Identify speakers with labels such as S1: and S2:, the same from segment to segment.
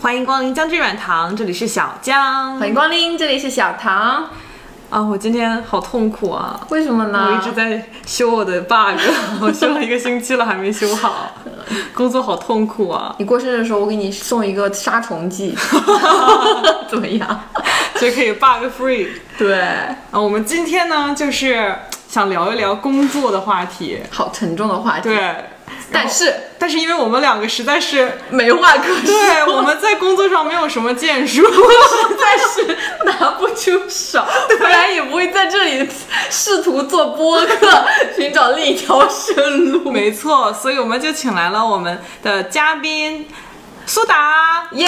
S1: 欢迎光临将军软糖，这里是小江。
S2: 欢迎光临，这里是小唐。
S1: 啊，我今天好痛苦啊！
S2: 为什么呢？
S1: 我一直在修我的 bug，我修了一个星期了还没修好，工作好痛苦啊！
S2: 你过生日的时候，我给你送一个杀 虫剂，怎么样？
S1: 所以可以 bug free
S2: 对，
S1: 啊。我们今天呢，就是想聊一聊工作的话题。
S2: 好沉重的话题。
S1: 对，
S2: 但是
S1: 但是因为我们两个实在是，
S2: 没话可说，
S1: 对我们在工作上没有什么建树，
S2: 实在是拿不出手，不然也不会在这里试图做播 客，寻找另一条生路。
S1: 没错，所以我们就请来了我们的嘉宾苏达。
S2: 耶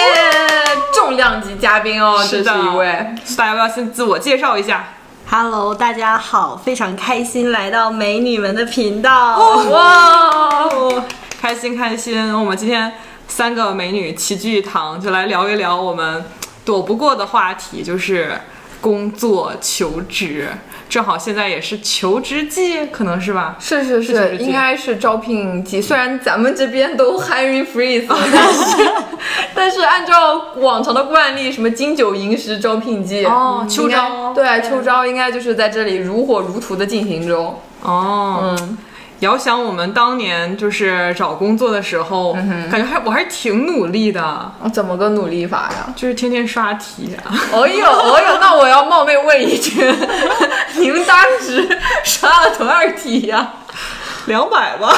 S2: 重量级嘉宾哦，这
S1: 的，
S2: 是一位。
S1: 苏达要不要先自我介绍一下？
S3: Hello，大家好，非常开心来到美女们的频道。
S2: 哇，
S1: 哦，开心开心！我们今天三个美女齐聚一堂，就来聊一聊我们躲不过的话题，就是工作求职。正好现在也是求职季，可能是吧？
S2: 是是
S1: 是是
S2: 是，
S1: 是
S2: 应该是招聘季。虽然咱们这边都 hiring freeze，但 是但是按照往常的惯例，什么金九银十招聘季
S1: 哦
S2: 嗯
S1: 秋招
S2: 应该对秋招应该就是在这里如火如荼的进行中。
S1: 哦，遥想我们当年就是找工作的时候，感觉还我还是挺努力的，
S2: 哦怎么个努力法呀？
S1: 就是天天刷题、啊。
S2: 哦 呦哦呦，那我要冒昧问一句， 你们当时刷了多少题呀？
S1: 两百吧，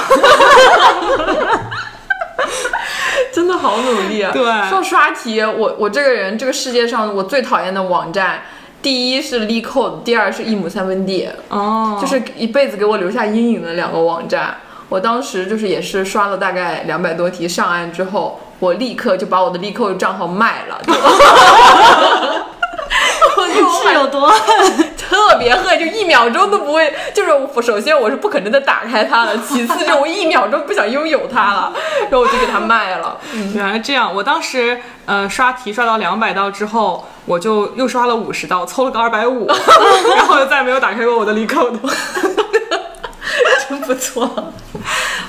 S2: 真的好努力啊！
S1: 对
S2: 说刷题，我我这个人，这个世界上我最讨厌的网站，第一是 l e Code，第二是一亩三分地，
S1: 哦，
S2: 就是一辈子给我留下阴影的两个网站。我当时就是也是刷了大概两百多题，上岸之后，我立刻就把我的 l e Code 账号卖 了。我就我
S3: 是有多？
S2: 特别恨，就一秒钟都不会，就是我首先我是不可能再打开它了，其次就我一秒钟不想拥有它了，然后我就给它卖了。
S1: 原来这样，我当时呃刷题刷到两百道之后，我就又刷了五十道，凑了个二百 五，然后就再也没有打开过我的 l e c o d
S2: 真不错。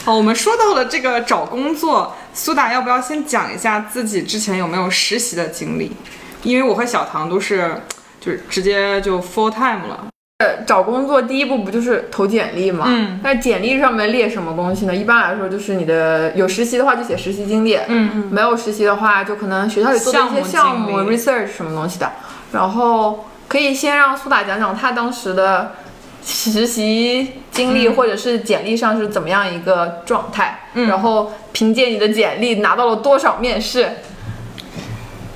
S1: 好，我们说到了这个找工作，苏打要不要先讲一下自己之前有没有实习的经历？因为我和小唐都是就是直接就 full time 了。
S2: 找工作第一步不就是投简历吗？
S1: 嗯，
S2: 那简历上面列什么东西呢？一般来说就是你的有实习的话就写实习经历，
S1: 嗯，
S2: 没有实习的话就可能学校里做的一些项
S1: 项目
S2: 目、
S1: 经历
S2: research 什么东西的。然后可以先让苏打讲讲他当时的实习经
S1: 嗯
S2: 历或者是简历上是怎么样一个状态，然后凭借你的简历拿到了多少面试。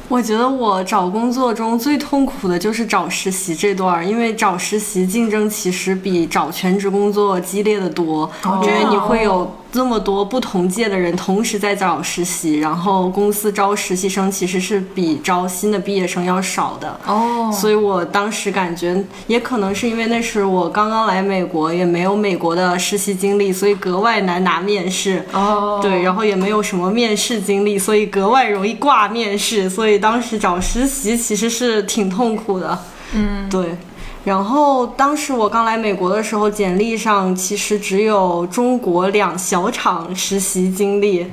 S3: 我觉得我找工作中最痛苦的就是找实习这段儿，因为找实习竞争其实比找全职工作激烈的多，因为你会有这么多不同届的人同时在找实习，然后公司招实习生其实是比招新的毕业生要少的。
S1: 哦，
S3: 所以我当时感觉，也可能是因为那时我刚刚来美国，也没有美国的实习经历，所以格外难拿面试。
S2: 哦
S3: 对，然后也没有什么面试经历，所以格外容易挂面试，所以当时找实习其实是挺痛苦的。嗯，对。然后当时我刚来美国的时候，简历上其实只有中国两小厂实习经历，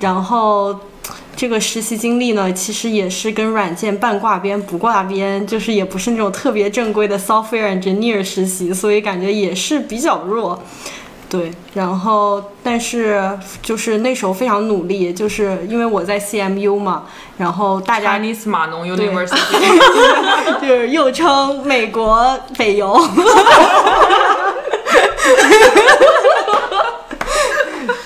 S3: 然后这个实习经历呢，其实也是跟软件半挂边不挂边，就是也不是那种特别正规的 software engineer 实习，所以感觉也是比较弱。对，然后但是就是那时候非常努力，就是因为我在 CMU 嘛，然后大家
S1: Chinese 码农 University，
S3: 就是又称美国北邮。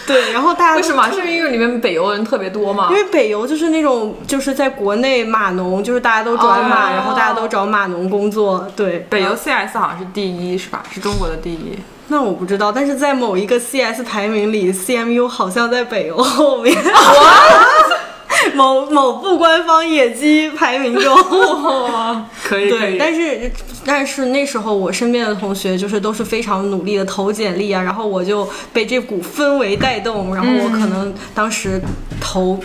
S3: 对，然后大家都
S2: 为什么？是因为里面北邮人特别多吗
S3: 因？为北邮就是那种，就是在国内码农，就是大家都转码，
S2: 哦
S3: 然后大家都找码农工作。对，
S1: 北邮 CS 好像是第一是吧？是中国的第一。
S3: 那我不知道，但是在某一个 CS 排名里，CMU 好像在北邮后面。 某某不官方野鸡排名中，
S1: 可以可
S3: 对，
S1: 以。
S3: 但是但是那时候我身边的同学就是都是非常努力的投简历啊，然后我就被这股氛围带动，然后我可能当时投。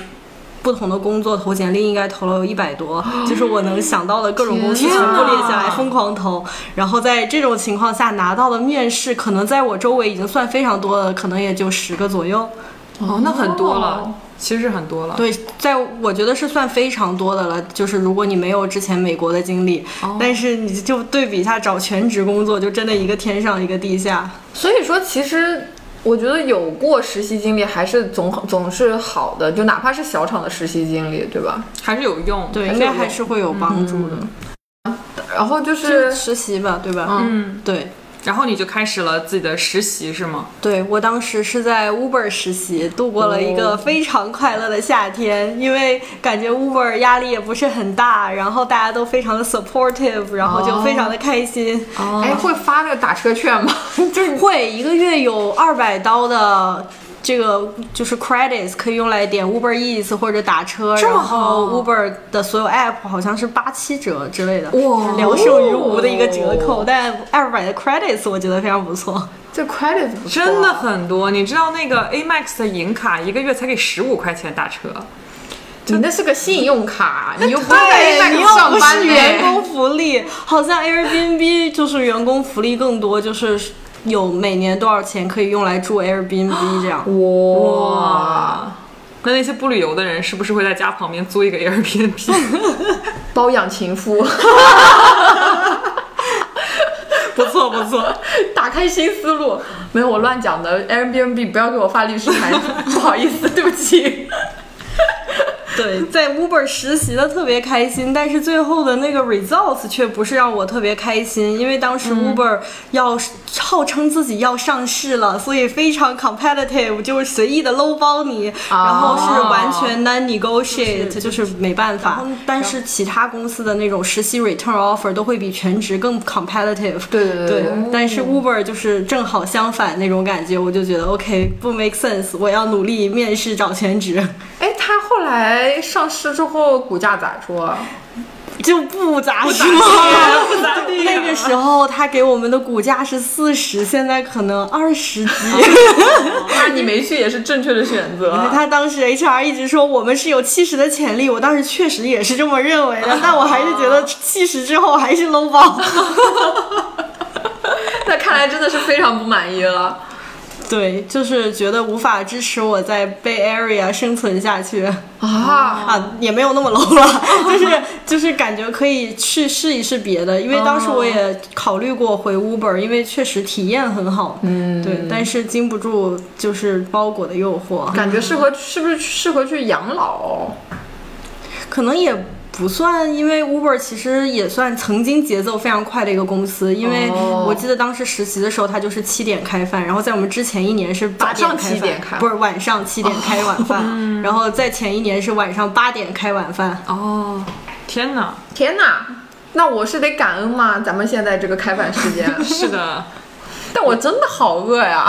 S3: 不同的工作投简历应该投了有一百多， 就是我能想到的各种公司全
S1: 天
S3: 部列
S1: 哪
S3: 下来，疯狂投。然后在这种情况下拿到的面试，可能在我周围已经算非常多了，可能也就十个左右。
S1: 哦哦，那很多了。其实是很多了。
S3: 对，在我觉得是算非常多的了。就是如果你没有之前美国的经历，但是你就对比一下找全职工作，就真的一个天上一个地下。
S2: 所以说，其实我觉得有过实习经历还是总总是好的，就哪怕是小厂的实习经历，对吧？
S1: 还是有用。
S3: 对，应该还是会有帮助的。
S2: 然后就是是
S3: 实习吧，对吧？
S1: 嗯，
S3: 对
S1: 然后你就开始了自己的实习是吗？
S3: 对，我当时是在 Uber 实习，度过了一个非常快乐的夏天，因为感觉 Uber 压力也不是很大，然后大家都非常的 supportive，然后就非常的开心。
S2: 哎，会发那个打车券吗？
S3: 就是 会一个月有二百刀的这个就是 credits 可以用来点 Uber Eats 或者打车，然后 Uber 的所有 app 好像是八七折之类的，
S1: 哇
S3: 聊胜于无的一个折扣。但二百的 credits 我觉得非常不错。
S2: 这 credit 不错
S1: 真的很多，你知道那个 Amex 的银卡一个月才给十五块钱打车，
S2: 你那是个信用卡，你又不在
S3: 对，
S2: 那
S3: 哎你
S2: 个
S3: 又
S2: 上
S3: 不
S2: 班
S3: 是
S2: 呢
S3: 员工福利，好像 Airbnb 就是员工福利更多，就是有每年多少钱可以用来住 Airbnb 这样。
S2: 哇，
S1: 那那些不旅游的人是不是会在家旁边租一个 Airbnb？
S2: 包养情夫，
S1: 不错不 错，
S2: 打开新思路。没有，我乱讲的。Airbnb 不要给我发律师函， 不好意思，对不起。
S3: 对，在 Uber 实习的特别开心，但是最后的那个 results 却不是让我特别开心，因为当时 Uber 要、号称自己要上市了，所以非常 competitive，就是随意的搂包你，然后是完全 non negotiate，、就是没办法。但是其他公司的那种实习 return offer 都会比全职更 competitive。
S2: 对对对
S3: 对哦
S2: 对，
S3: 但是 Uber 就是正好相反那种感觉，我就觉得 OK 不 make sense，我要努力面试找全职。
S2: 哎，他后来上市之后股价咋说？啊
S3: 就不咋说。
S1: 不咋 地啊
S3: 那个时候他给我们的股价是四十，现在可能二十几。
S2: 那你没去也是正确的选择。
S3: 他当时 HR 一直说我们是有七十的潜力，我当时确实也是这么认为 的，但我还是觉得七十之后还是 low 包。
S2: 那看来真的是非常不满意了。
S3: 对，就是觉得无法支持我在 Bay Area 生存下去。
S2: 啊，
S3: 啊，也没有那么 low 了，就是就是感觉可以去试一试别的，因为当时我
S2: 哦
S3: 也考虑过回 Uber，因为确实体验很好，嗯，对，但是经不住就是包裹的诱惑，
S2: 感觉适合是不是适合去养老？
S3: 可能也。不算，因为 Uber 其实也算曾经节奏非常快的一个公司，因为
S2: 哦
S3: 我记得当时实习的时候，它就是七点开饭，然后在我们之前一年是八点
S2: 早上7
S3: 开饭，
S2: 点开哦
S3: 不是晚上七点开晚饭，然后在前一年是晚上八点开晚饭，
S2: 嗯
S1: 哦，天哪，
S2: 天哪！那我是得感恩吗？咱们现在这个开饭时 间，
S1: 是的，
S2: 但我真的好饿呀！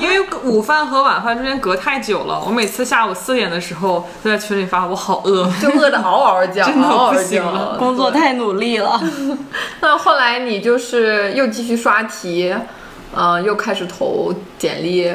S1: 因为午饭和晚饭中间隔太久了，我每次下午四点的时候都在群里发我好 饿，
S2: 就饿得嗷嗷 叫，
S1: 真的
S2: 嗷嗷
S1: 不行
S2: 叫。
S1: 了
S3: 工作太努力了。
S2: 那后来你就是又继续刷题，嗯、又开始投简历，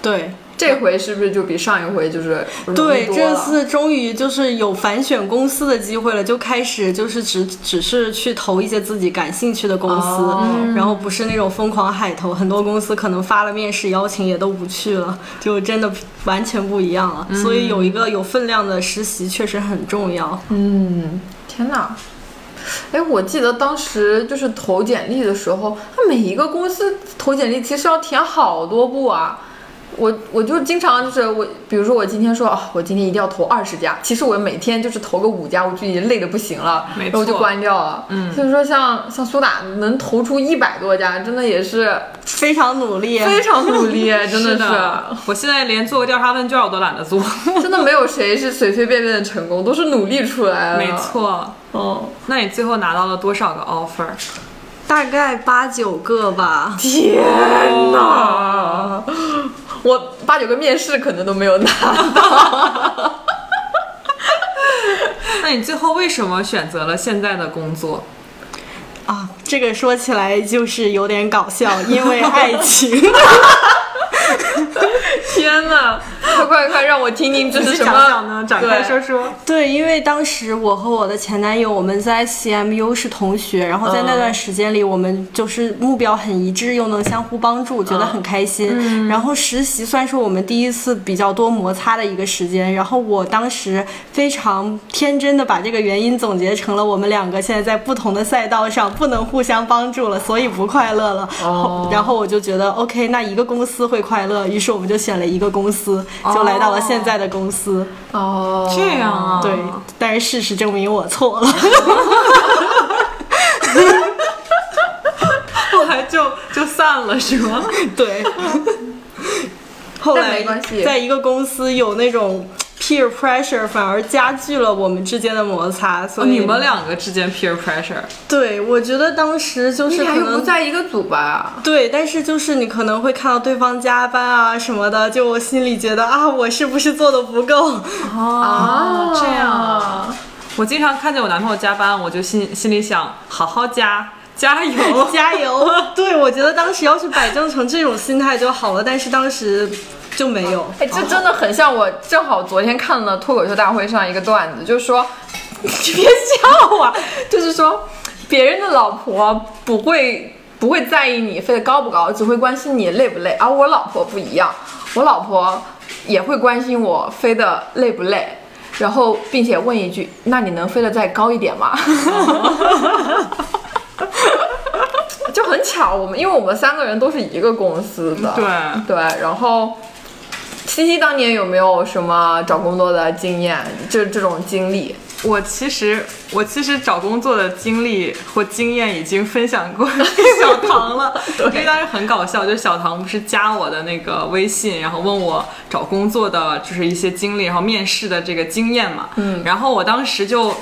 S3: 对，
S2: 这回是不是就比上一回就是容易
S3: 对，
S2: 多
S3: 这
S2: 了
S3: 次终于就是有反选公司的机会了，就开始就是只只是去投一些自己感兴趣的公司，
S2: 哦
S3: 然后不是那种疯狂海投，很多公司可能发了面试邀请也都不去了，就真的完全不一样了。所以有一个有分量的实习确实很重要。
S2: 嗯，天哪！哎，我记得当时就是投简历的时候，他每一个公司投简历其实要填好多步啊。我我就经常就是我，比如说我今天说啊，我今天一定要投二十家，其实我每天就是投个五家，我就已经累得不行了，
S1: 没
S2: 然后我就
S1: 错
S2: 关掉了。嗯，所以说像像苏打能投出一百多家，真的也是
S3: 非常努力，
S2: 非常努 力，真
S1: 哎是
S2: 的
S1: 的，我现在连做个调查问卷我都懒得做，
S2: 是，真的没有谁是随随便便的成功，都是努力出来的。
S1: 没，错。
S2: 哦，
S1: 那你最后拿到了多少个 offer？
S3: 大概八九个吧。
S2: 天哪！ 我八九个面试可能都没有拿到。
S1: 那你最后为什么选择了现在的工作？
S3: 啊，这个说起来就是 有 点搞笑，因为爱情。
S2: 天哪！快快快，让我听听这
S1: 仔
S2: 是
S1: 细
S2: 什
S1: 讲讲
S2: 么？
S1: 呢，展开
S2: 对
S1: 说说。
S3: 对，因为当时我和我的前男友，我们在 CMU 是同学，然后在那段时间里，我们就是目标很一致，又能相互帮助，觉得很开心。然后实习算是我们第一次比较多摩擦的一个时间，然后我当时非常天真的把这个原因总结成了我们两个现在在不同的赛道上不能互相帮助了，所以不快乐了。
S2: 哦
S3: 然后我就觉得 OK，那一个公司会快乐，于是我们就选了一个公司，就来到了现在的公司。
S2: 哦，
S1: 这样啊，
S3: 对，但是事实证明我 错了。
S1: 后来就就散了是吗？
S3: 对，后
S2: 但
S3: 来
S2: 没关系
S3: 在一个公司有那种 peer pressure，反而加剧了我们之间的摩
S2: 哦
S3: 擦。所以、
S1: 哦你们两个之间 peer pressure，
S3: 对，我觉得当时就
S2: 你
S3: 是
S2: 俩
S3: 可
S2: 又不
S3: 能。
S2: 在一个组吧？
S3: 对，但是就是你可能会看到对方加班啊什么的，就我心里觉得啊，我是不是做的不够？，
S2: 啊
S1: 哦这样啊。我经常看见我男朋友加班，我就心心里想，好好加，加油
S3: 加油！ 对，我觉得当时要是摆正成这种心态就好了，但是当时就没有。
S2: 哎，这真的很像我，正好昨天看了脱口秀大会上一个段子，就是说， 你别笑我， 就是说，别人的老婆不会不会在意你飞得高不高，只会关心你累不累，而我老婆不一样，我老婆也会关心我飞得累不累。然后，并且问一句：“那你能飞得再高一点吗？” 就很巧，我们因为我们三个人都是一个公司的，
S1: 对
S2: 对，然后西西当年有没有什么找工作的经验？就这种经历？
S1: 我其实我其实找工作的经历和经验已经分享过小唐了，因为当时很搞笑，就小唐不是加我的那个微信，然后问我找工作的就是一些经历，然后面试的这个经验嘛，嗯，然后我当时就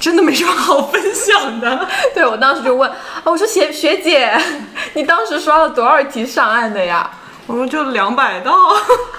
S1: 真的没什么好分享的，
S2: 对我当时就问啊，我说学学姐， 你当时刷了多少题上岸的呀？
S1: 我们就两百道，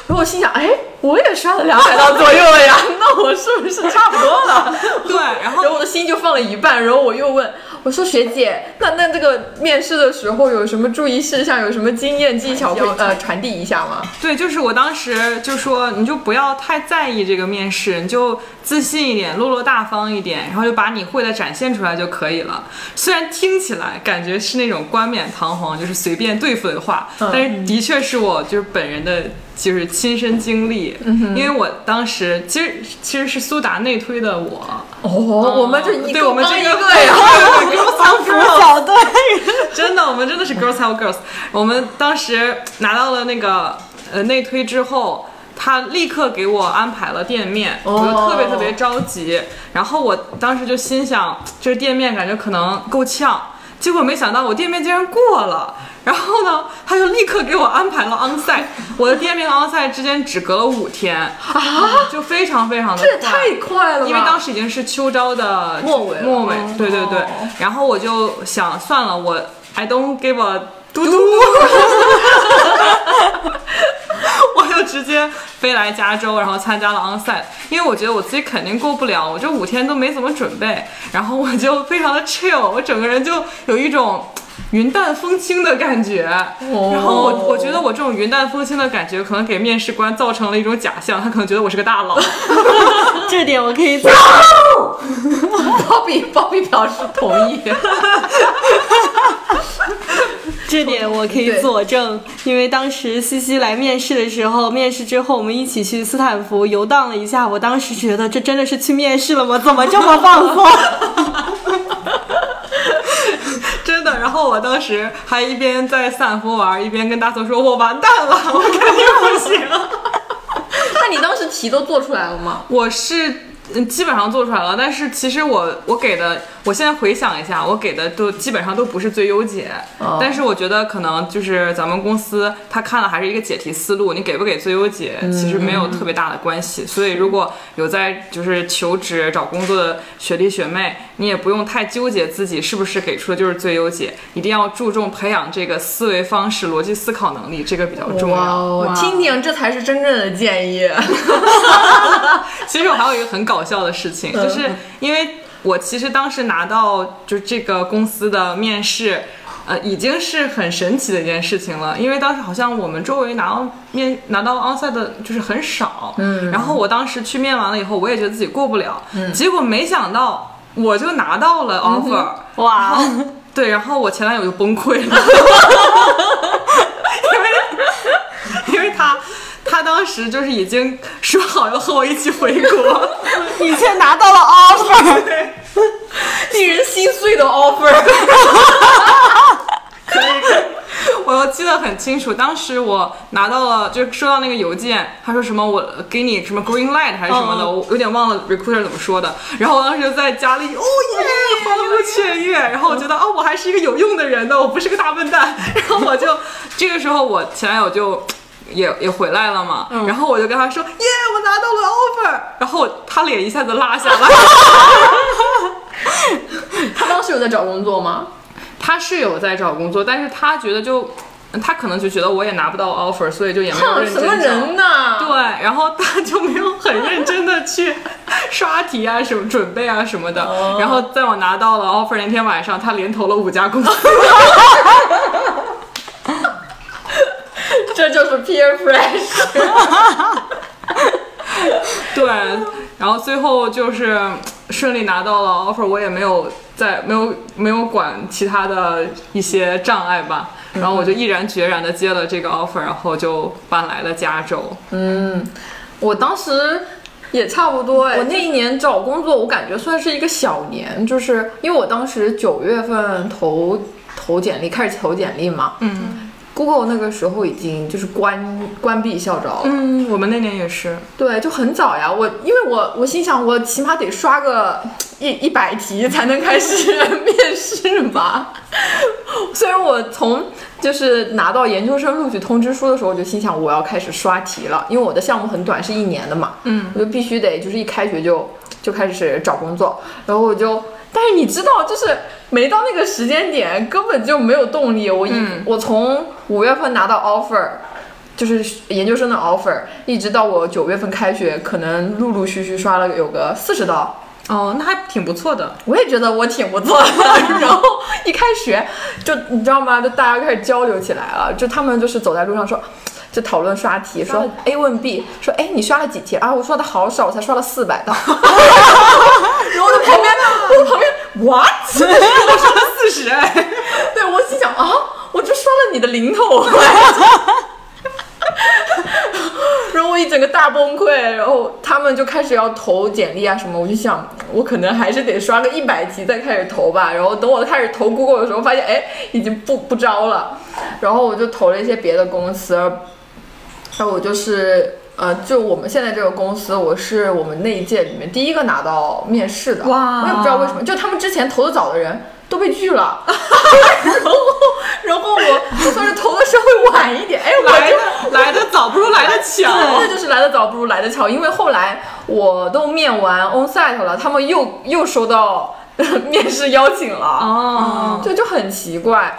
S2: 然后我心想，哎，我也刷了两百道左右了呀， 那我是不是差不多了？
S1: 对，然
S2: 然
S1: 后
S2: 后我的心就放了一半，然后我又问。我说学姐，那那这个面试的时候有什么注意事项，有什么经验技巧会呃传递一下吗？
S1: 对，就是我当时就说，你就不要太在意这个面试，你就自信一点，落落大方一点，然后就把你会的展现出来就可以了。虽然听起来感觉是那种冠冕堂皇，就是随便对付的话，但是的确是我就是本人的就是亲身经历，因为我当时其实其实是苏达内推的我，
S2: 哦，我们这一
S1: 对
S2: 个
S1: 我们
S2: 帮
S1: 这
S2: 一
S1: 个
S2: 个 呀，
S1: 对我们
S3: 帮扶小队。
S1: 真的，我们真的是 girls help girls。我们当时拿到了那个呃内推之后，他立刻给我安排了店面，
S2: 哦
S1: 我就特别特别着急。然后我当时就心想，这店面感觉可能够呛。结果没想到我店面竟然过了，然后呢，他就立刻给我安排了 onsite。我的店面和 onsite 之间只隔了五天啊，就非常非常的
S2: 这也太快了吧！
S1: 因为当时已经是秋招的
S2: 末尾了
S1: 末尾
S2: 哦，
S1: 对对对。然后我就想，算了，我 I don't give a 嘟嘟， 我就直接飞来加州，然后参加了 onsite，因为我觉得我自己肯定过不了，我这五天都没怎么准备，然后我就非常的 chill，我整个人就有一种。云淡风轻的感觉，
S2: 哦
S1: 然后我我觉得我这种云淡风轻的感觉，可能给面试官造成了一种假象，他可能觉得我是个大佬，
S3: 这点我可以再
S2: 鲍比鲍比表示同意。
S3: 这点我可以佐证，因为当时西西来面试的时候，面试之后我们一起去斯坦福游荡了一下，我当时觉得这真的是去面试了吗？怎么这么放松？
S1: 真的，然后我当时还一边在斯坦福玩，一边跟大头说：“我完蛋了，我肯定不行。
S2: 那你当时题都做出来了吗”？
S1: 我是嗯基本上做出来了，但是其实我我给的，我现在回想一下，我给的都基本上都不是最优解。
S2: 哦
S1: 但是我觉得可能就是咱们公司他看了还是一个解题思路，你给不给最优解其实没有特别大的关系。所以如果有在就是求职找工作的学弟学妹，你也不用太纠结自己是不是给出的就是最优解，一定要注重培养这个思维方式、逻辑思考能力，这个比较重
S2: 哇
S1: 要。
S2: 哦，听听，这才是真正的建 议。
S1: 其实我还有一个很搞笑的事情，就是因为我其实当时拿到就这个公司的面试呃，已经是很神奇的一件事情了。因为当时好像我们周围拿到面拿到 onsite 的就是很少，嗯，然后我当时去面完了以后，我也觉得自己过不了，嗯，结果没想到我就拿到了 offer，、
S3: 哇，
S1: 对，然后我前男友就崩溃 了，因为因为他他当时就是已经说好要和我一起回国，
S3: 你却拿到了 offer，
S2: 令人心碎的 offer。
S1: 我记得很清楚，当时我拿到了，就是收到那个邮件，他说什么我给你什么 green light 还是什么的，
S3: 嗯
S1: 我有点忘了 recruiter 怎么说的。然后我当时就在家里，哦耶，欢呼雀跃。然后我觉得哦，我还是一个有用的人呢，我不是个大笨蛋。然后我就这个时候，我前男友就。也也回来了嘛，
S2: 嗯
S1: 然后我就跟他说，耶，我拿到了 offer，然后他脸一下子拉下来，
S2: 他当时有在找工作吗？
S1: 他是有在找工作，但是他觉得就，他可能就觉得我也拿不到 offer，所以就也没有
S2: 哼，
S1: 认真
S2: 啊 什么
S1: 找
S2: 人呐？
S1: 对，然后他就没有很认真的去刷题啊、什么准备啊什么的。然后在我拿到了 offer 那天晚上，他连投了五家公司。
S2: 这就是 peer pressure。
S1: 对，然后最后就是顺利拿到了 offer，我也没有在没有没有管其他的一些障碍吧。然后我就毅然决然的接了这个 offer，然后就搬来了加州。
S2: 我当时也差不多哎。我那一年找工作，我感觉算是一个小年，就是因为我当时九月份投投简历，开始投简历嘛。
S1: 嗯
S2: Google 那个时候已经就是关关闭校招了，
S1: 嗯，我们那年也是。
S2: 对，就很早呀。我因为我我心想，我起码得刷个一一百题才能开始面试吧。 虽然我从就是拿到研究生录取通知书的时候，我就心想我要开始刷题了，因为我的项目很短，是一年的嘛，嗯，我就必须得就是一开学就就开始找工作，然后我就。但是你知道，就是没到那个时间点，根本就没有动力。我一、我从五月份拿到 offer，就是研究生的 offer，一直到我九月份开学，可能陆陆续续刷了有个四十刀，
S1: 哦，那还挺不错的。
S2: 我也觉得我挺不错的。 然后一开学就你知道吗？就大家开始交流起来了，就他们就是走在路上说。就讨论刷题，说 A 问 B，说哎你刷了几题啊？我刷的好少，我才刷了四百道。 然后我在旁边，我在旁边 what？
S1: 我说了四十哎。
S2: 对我心想啊，我就刷了你的零头， 然后我一整个大崩溃，然后他们就开始要投简历啊什么，我就想我可能还是得刷个一百级再开始投吧。然后等我开始投 Google 的时候，发现哎已经不不招了，然后我就投了一些别的公司，那我就是。呃，就我们现在这个公司，我是我们那一届里面第一个拿到面试的。
S1: 哇
S2: 我也不知道为什么，就他们之前投的早的人都被拒了，然后 然后我我算是投的稍微晚一点，哎，我
S1: 来
S2: 就
S1: 的来的早不如来的巧。
S2: 对，就是来得早不如来得巧，因为后来我都面完 onsite 了，他们又又收到 面试邀请了，
S1: 哦，
S2: 对，就很奇怪。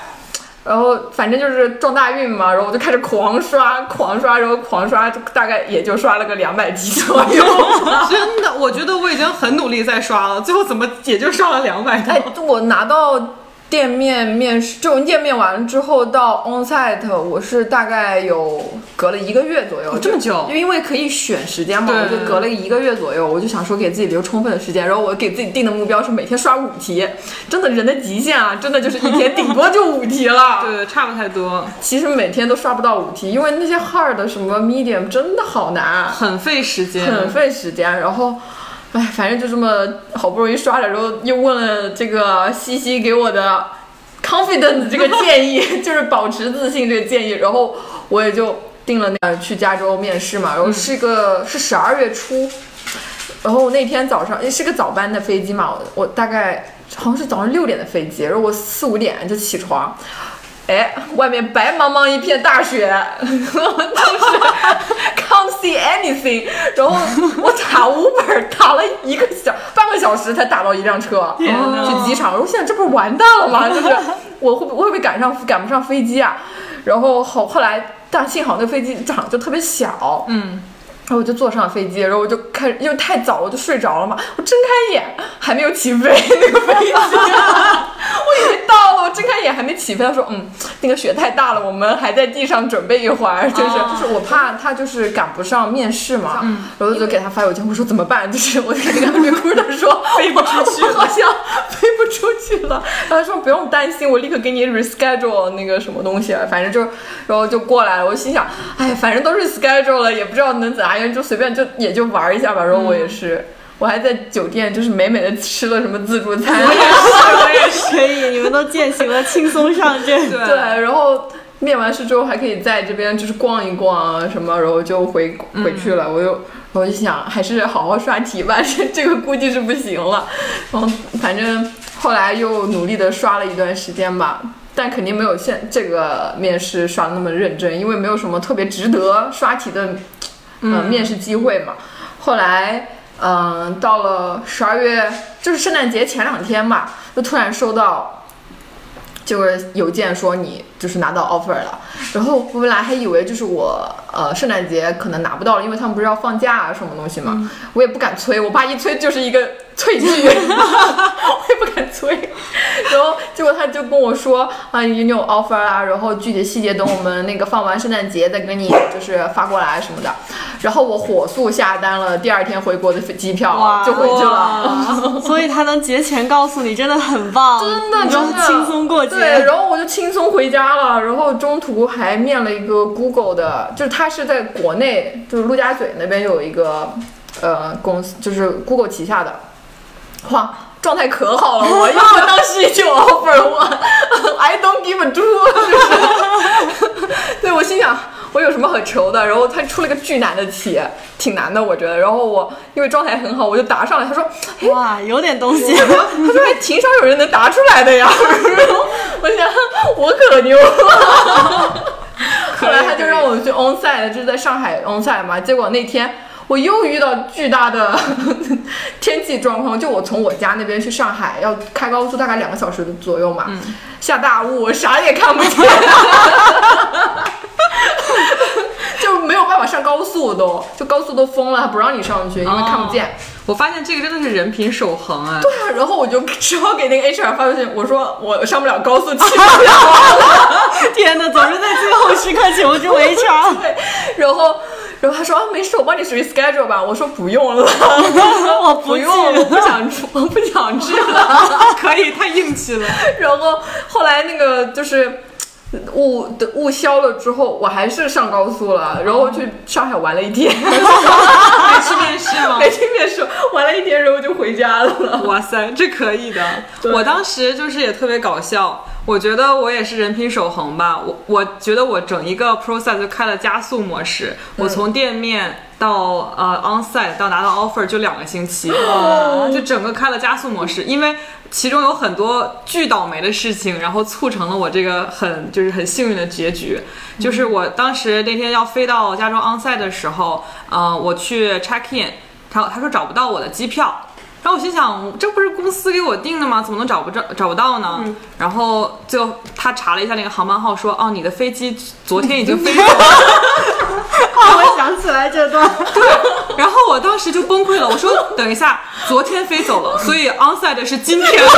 S2: 然后反正就是撞大运嘛，然后我就开始狂刷、狂刷，然后狂刷，就大概也就刷了个两百题左右。
S1: 真的，我觉得我已经很努力在刷了，最后怎么也就刷了两百
S2: 哎
S1: 多。，
S2: 我拿到店面面试，就店面完之后到 onsite，我是大概有隔了一个月左右，
S1: 哦这么久
S2: 就因为可以选时间嘛，
S1: 对。
S2: 我就隔了一个月左右，我就想说给自己留充分的时间，然后我给自己定的目标是每天刷五题，真的人的极限啊，真的就是一天顶多就五题了
S1: 对，差不太多，
S2: 其实每天都刷不到五题，因为那些 hard 的什么 medium 真的好难，啊
S1: 很费时间。
S2: 很费时间。然后，哎，反正就这么好不容易刷了，然后又问了这个西西给我的 confidence 这个建议， 就是保持自信这个建议，然后我也就定了那个去加州面试嘛，然后是个、是十二月初。然后那天早上，诶是个早班的飞机嘛，我我大概好像是早上六点的飞机，然后我四五点就起床，哎，外面白茫茫一片大雪， 就是 can't see anything。然后我打 Uber 打了一个小半个小时才打到一辆车，
S1: 天哪
S2: 去机场。我现在这不是完蛋了 吗？就是我会不我会不会赶上赶不上飞机啊？然后后后来，但幸好那个飞机场就特别小，
S1: 嗯，
S2: 然后我就坐上了飞机，然后我就开始，因为太早了，我就睡着了嘛。我睁开眼还没有起飞， 那个飞机，我以为到了，我睁开眼还没起飞。他说，嗯，那个雪太大了，我们还在地上准备一会儿，就是、
S1: 哦
S2: 就是我怕他就是赶不上面试嘛，
S1: 嗯
S2: 然后我就给他发邮件，我说怎么办？ 就是我就给那个女哭的说，
S1: 飞不出去了
S2: 我好像飞不出去了。然后他说不用担心，我立刻给你 reschedule 那个什么东西，啊反正就是，然后就过来了。我心想，哎，反正都是 schedule 了，也不知道能咋样，就随便就也就玩一下吧。然后我也是。
S1: 嗯
S2: 我还在酒店，就是美美的吃了什么自助 餐，
S3: 可以，你们都践行了轻松上阵。
S1: 对
S2: 对，然后面完试之后还可以在这边就是逛一逛啊什么，然后就回回去了。我又我就想还是好好刷题吧，这这个估计是不行了。然后反正后来又努力的刷了一段时间吧。但肯定没有现这个面试刷的那么认真，因为没有什么特别值得刷题的，呃，面试机会嘛。后来，嗯、到了十二月，就是圣诞节前两天吧，就突然收到就是邮件说你就是拿到 offer 了，然后我本来还以为就是我呃圣诞节可能拿不到了，因为他们不是要放假啊什么东西嘛，我也不敢催，我爸一催就是一个 催剧，我也不敢催， 然后结果他就跟我说啊你有 offer 啦，然后具体细节等我们那个放完圣诞节再给你就是发过来什么的，然后我火速下单了第二天回国的飞机票
S3: 哇
S2: 就回去了。
S3: 哇，所以他能节前告诉你，真的很棒，
S2: 真的真
S3: 你就
S2: 的
S3: 轻松过节。
S2: 对，然后我就轻松回家了，然后中途还面了一个 Google 的，就是他是在国内，就是陆家嘴那边有一个呃公司，就是 Google 旗下的，哇。状态可好 了，我因为我当时已经有 offer 了，我 I don't give a do，就是 对我心想我有什么可愁的，然后他出了个巨难的题，挺难的我觉得，然后我因为状态很好，我就答上来，他说，哎，
S3: 哇，有点东西。
S2: 他说还哎挺少有人能答出来的呀。然后我想我可牛了。后来他就让我去 onsite，就是在上海 onsite 嘛。结果那天我又遇到巨大的 天气状况，就我从我家那边去上海要开高速，大概两个小时左右嘛，下大雾，我啥也看不见。 就没有办法上高速都，就高速都封了，他不让你上去，因
S1: 哦
S2: 为看不见。
S1: 我发现这个真的是人品守恒啊。
S2: 对 啊，然后我就只好给那个 HR 发邮件，我说我上不了高速，去 不了了。
S3: 天哪，总是在最后时刻求助 HR。
S2: 对，然后，然后他说啊，没事，我帮你 reschedule 吧。我说不用 了，
S3: 我不去
S2: 用，我不想出，我不想去了。
S1: 可以，太硬气了。
S2: 然后后来那个就是雾的雾消了之后，我还是上高速了，然后去上海玩了一天，
S1: 哦没去面试吗？
S2: 没听面试，玩了一天，然后就回家了。
S1: 哇塞，这可以的。我当时就是也特别搞笑，我觉得我也是人品守恒吧。我我觉得我整一个 process 就开了加速模式，我从店面到呃 onsite 到拿到 offer 就两个星期，就整个开了加速模式，因为。其中有很多巨倒霉的事情，然后促成了我这个很就是很幸运的结局。就是我当时那天要飞到加州 onsite 的时候，呃，我去 check in，他他说找不到我的机票，然后我心想，这不是公司给我定的吗？怎么能找不着找不到呢？
S2: 嗯
S1: 然后最后他查了一下那个航班号说，哦，你的飞机昨天已经飞走了。
S3: 哦，我想起来这段，
S1: 然后我当时就崩溃了，我说 等一下，昨天飞走了，所以 onsite 是今 天了。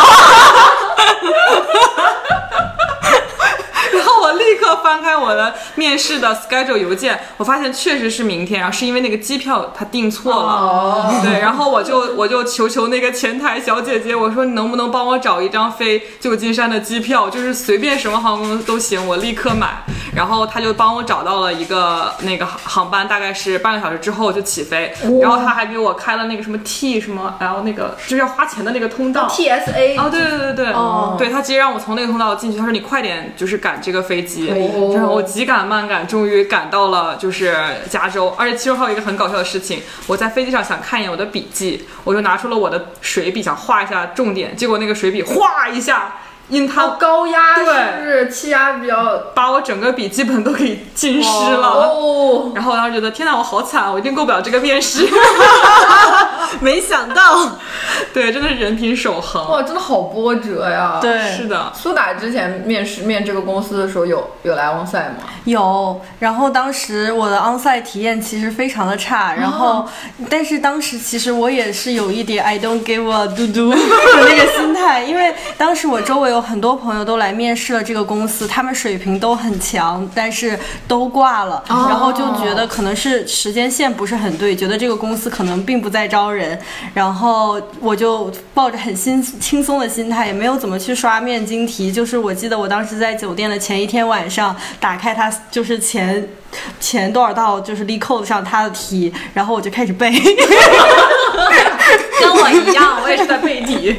S1: 然后我立刻翻开我的面试的 schedule 邮件，我发现确实是明天，然啊后是因为那个机票它订错了。
S2: 哦，
S1: 对，然后我就我就求求那个前台小姐姐，我说你能不能帮我找一张飞旧金山的机票，就是随便什么航空公司都行，我立刻买。然后她就帮我找到了一个那个航航班，大概是半个小时之后就起飞。然后她还给我开了那个什么 T 什么 L 那个就是要花钱的那个通道。
S2: TSA
S1: 哦，对对对对，
S2: 哦
S1: 对他直接让我从那个通道进去，他说你快点，就是赶这个飞机。
S2: 可以
S1: 然后我急赶慢赶，终于赶到了就是加州。而且其中还有一个很搞笑的事情，我在飞机上想看一眼我的笔记，我就拿出了我的水笔想画一下重点，结果那个水笔哗一下，因它
S2: 哦高压
S1: 对
S2: 是不是气压比较
S1: 把我整个笔记本都给浸湿了。 啊
S2: 哦，
S1: 然后我当时觉得，天哪，我好惨，我一定过不了这个面试。
S3: 没想到，
S1: 对，真的是人品守恒。
S2: 哇，真的好波折呀！，
S3: 对，
S1: 是的，
S2: 苏打之前面试面这个公司的时候有有来 on site 吗？
S3: 有，然后当时我的 onsite 体验其实非常的差，然后、但是当时其实我也是有一点 I don't give a do do 的那个心态，因为当时我周围有很多朋友都来面试了这个公司，他们水平都很强，但是都挂了，然后就觉得可能是时间线不是很对，觉得这个公司可能并不再招人，然后我就抱着很心轻松的心态，也没有怎么去刷面经题，就是我记得我当时在酒店的前一天晚上，打开它就是前前多少道就是立 code 上它的题，然后我就开始背，
S4: 跟我一样，我也是。
S1: 在背底，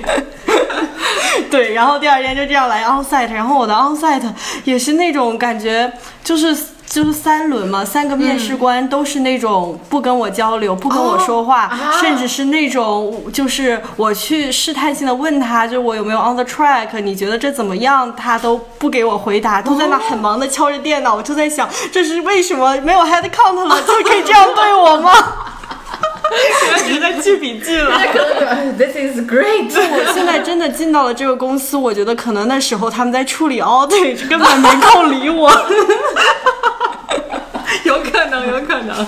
S3: 对，然后第二天就这样来 onsite，然后我的 onsite 也是那种感觉，就是就是三轮嘛，三
S1: 嗯
S3: 个面试官都是那种不跟我交流、不跟我说
S1: 哦
S3: 话，
S1: 啊
S3: 甚至是那种就是我去试探性的问他，就我有没有 on the track，你觉得这怎么样？他都不给我回答，都在
S1: 哦
S3: 那很忙的敲着电脑，我就在想这是为什么没有 head count 了，就可以这样对我吗？
S1: 我只是在记笔记了。
S2: 可能觉得 This is great。
S3: 我现在真的进到了这个公司，我觉得可能那时候他们在处理 audit，根本没空理我。
S1: 有可能，有可能。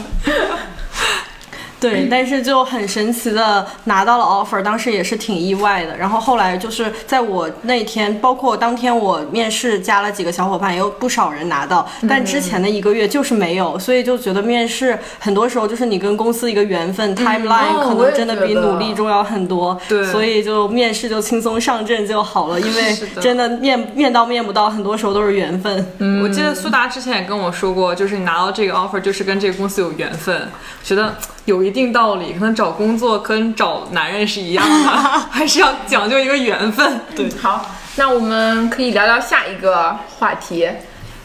S3: 对，但是就很神奇的拿到了 offer，当时也是挺意外的。然后后来就是在我那天，包括当天我面试加了几个小伙伴，也有不少人拿到，
S1: 嗯
S3: 但之前的一个月就是没有，所以就觉得面试很多时候就是你跟公司一个缘分、t
S1: 嗯
S3: i m e l i n e
S2: 哦
S3: 可
S2: 我
S3: 能
S2: 也
S3: 真的
S2: 觉
S3: 比
S2: 得
S3: 努力重要很多。
S1: 对
S3: 所以就面试就轻松上阵就好 了，因为
S1: 是的嗯
S3: 真的面面到面不到，很多时候都是缘分。
S1: 我
S2: 嗯
S1: 记得苏达之前也跟我说过，就是你拿到这个 offer，就是跟这个公司有缘分，觉得有一定道理。可能找工作跟找男人是一样 的，还是要讲究一个缘分。对，
S2: 嗯好，那我们可以聊聊下一个话题，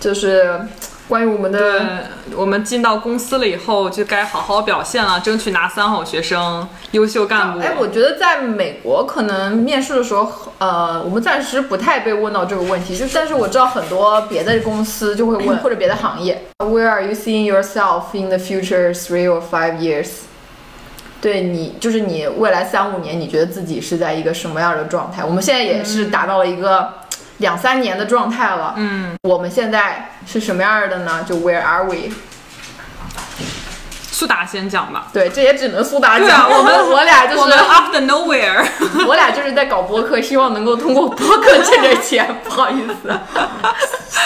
S2: 就是关于我们的
S1: 呃，我们进到公司了以后，就该好好表现了，争取拿三好学生、优秀干部。
S2: 哎，我觉得在美国可能面试的时候，呃，我们暂时不太被问到这个问题，就但是我知道很多别的公司就会问，或者别的行业，Where are you seeing yourself in the future three or five years？对你，就是你未来三五年，你觉得自己是在一个什么样的状态？我们现在也是达到了一个两三年的状态了，嗯，我们现在是什么样的呢？就 Where are we？
S1: 苏达先讲吧。
S2: 对，这也只能苏达
S1: 对啊
S2: 讲，
S1: 我们
S2: 我俩就是
S1: 我们 after nowhere，
S2: 我俩就是在搞播客，希望能够通过播客挣点钱。 不好意思，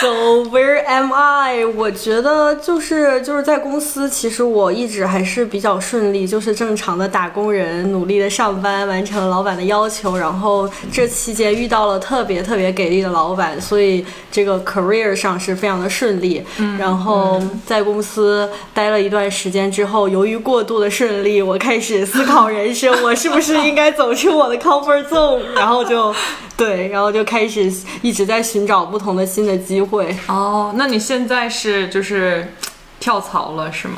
S3: So where am I？我觉得就是就是在公司，其实我一直还是比较顺利，就是正常的打工人，努力的上班，完成了老板的要求。然后这期间遇到了特别特别给力的老板，所以这个 career 上是非常的顺利。然后在公司待了一段时间之后，由于过度的顺利，我开始思考人生，我是不是应该走出我的 comfort zone？然后就对，然后就开始一直在寻找不同的新的机会。
S1: 哦，那你现在是就是跳槽了是吗？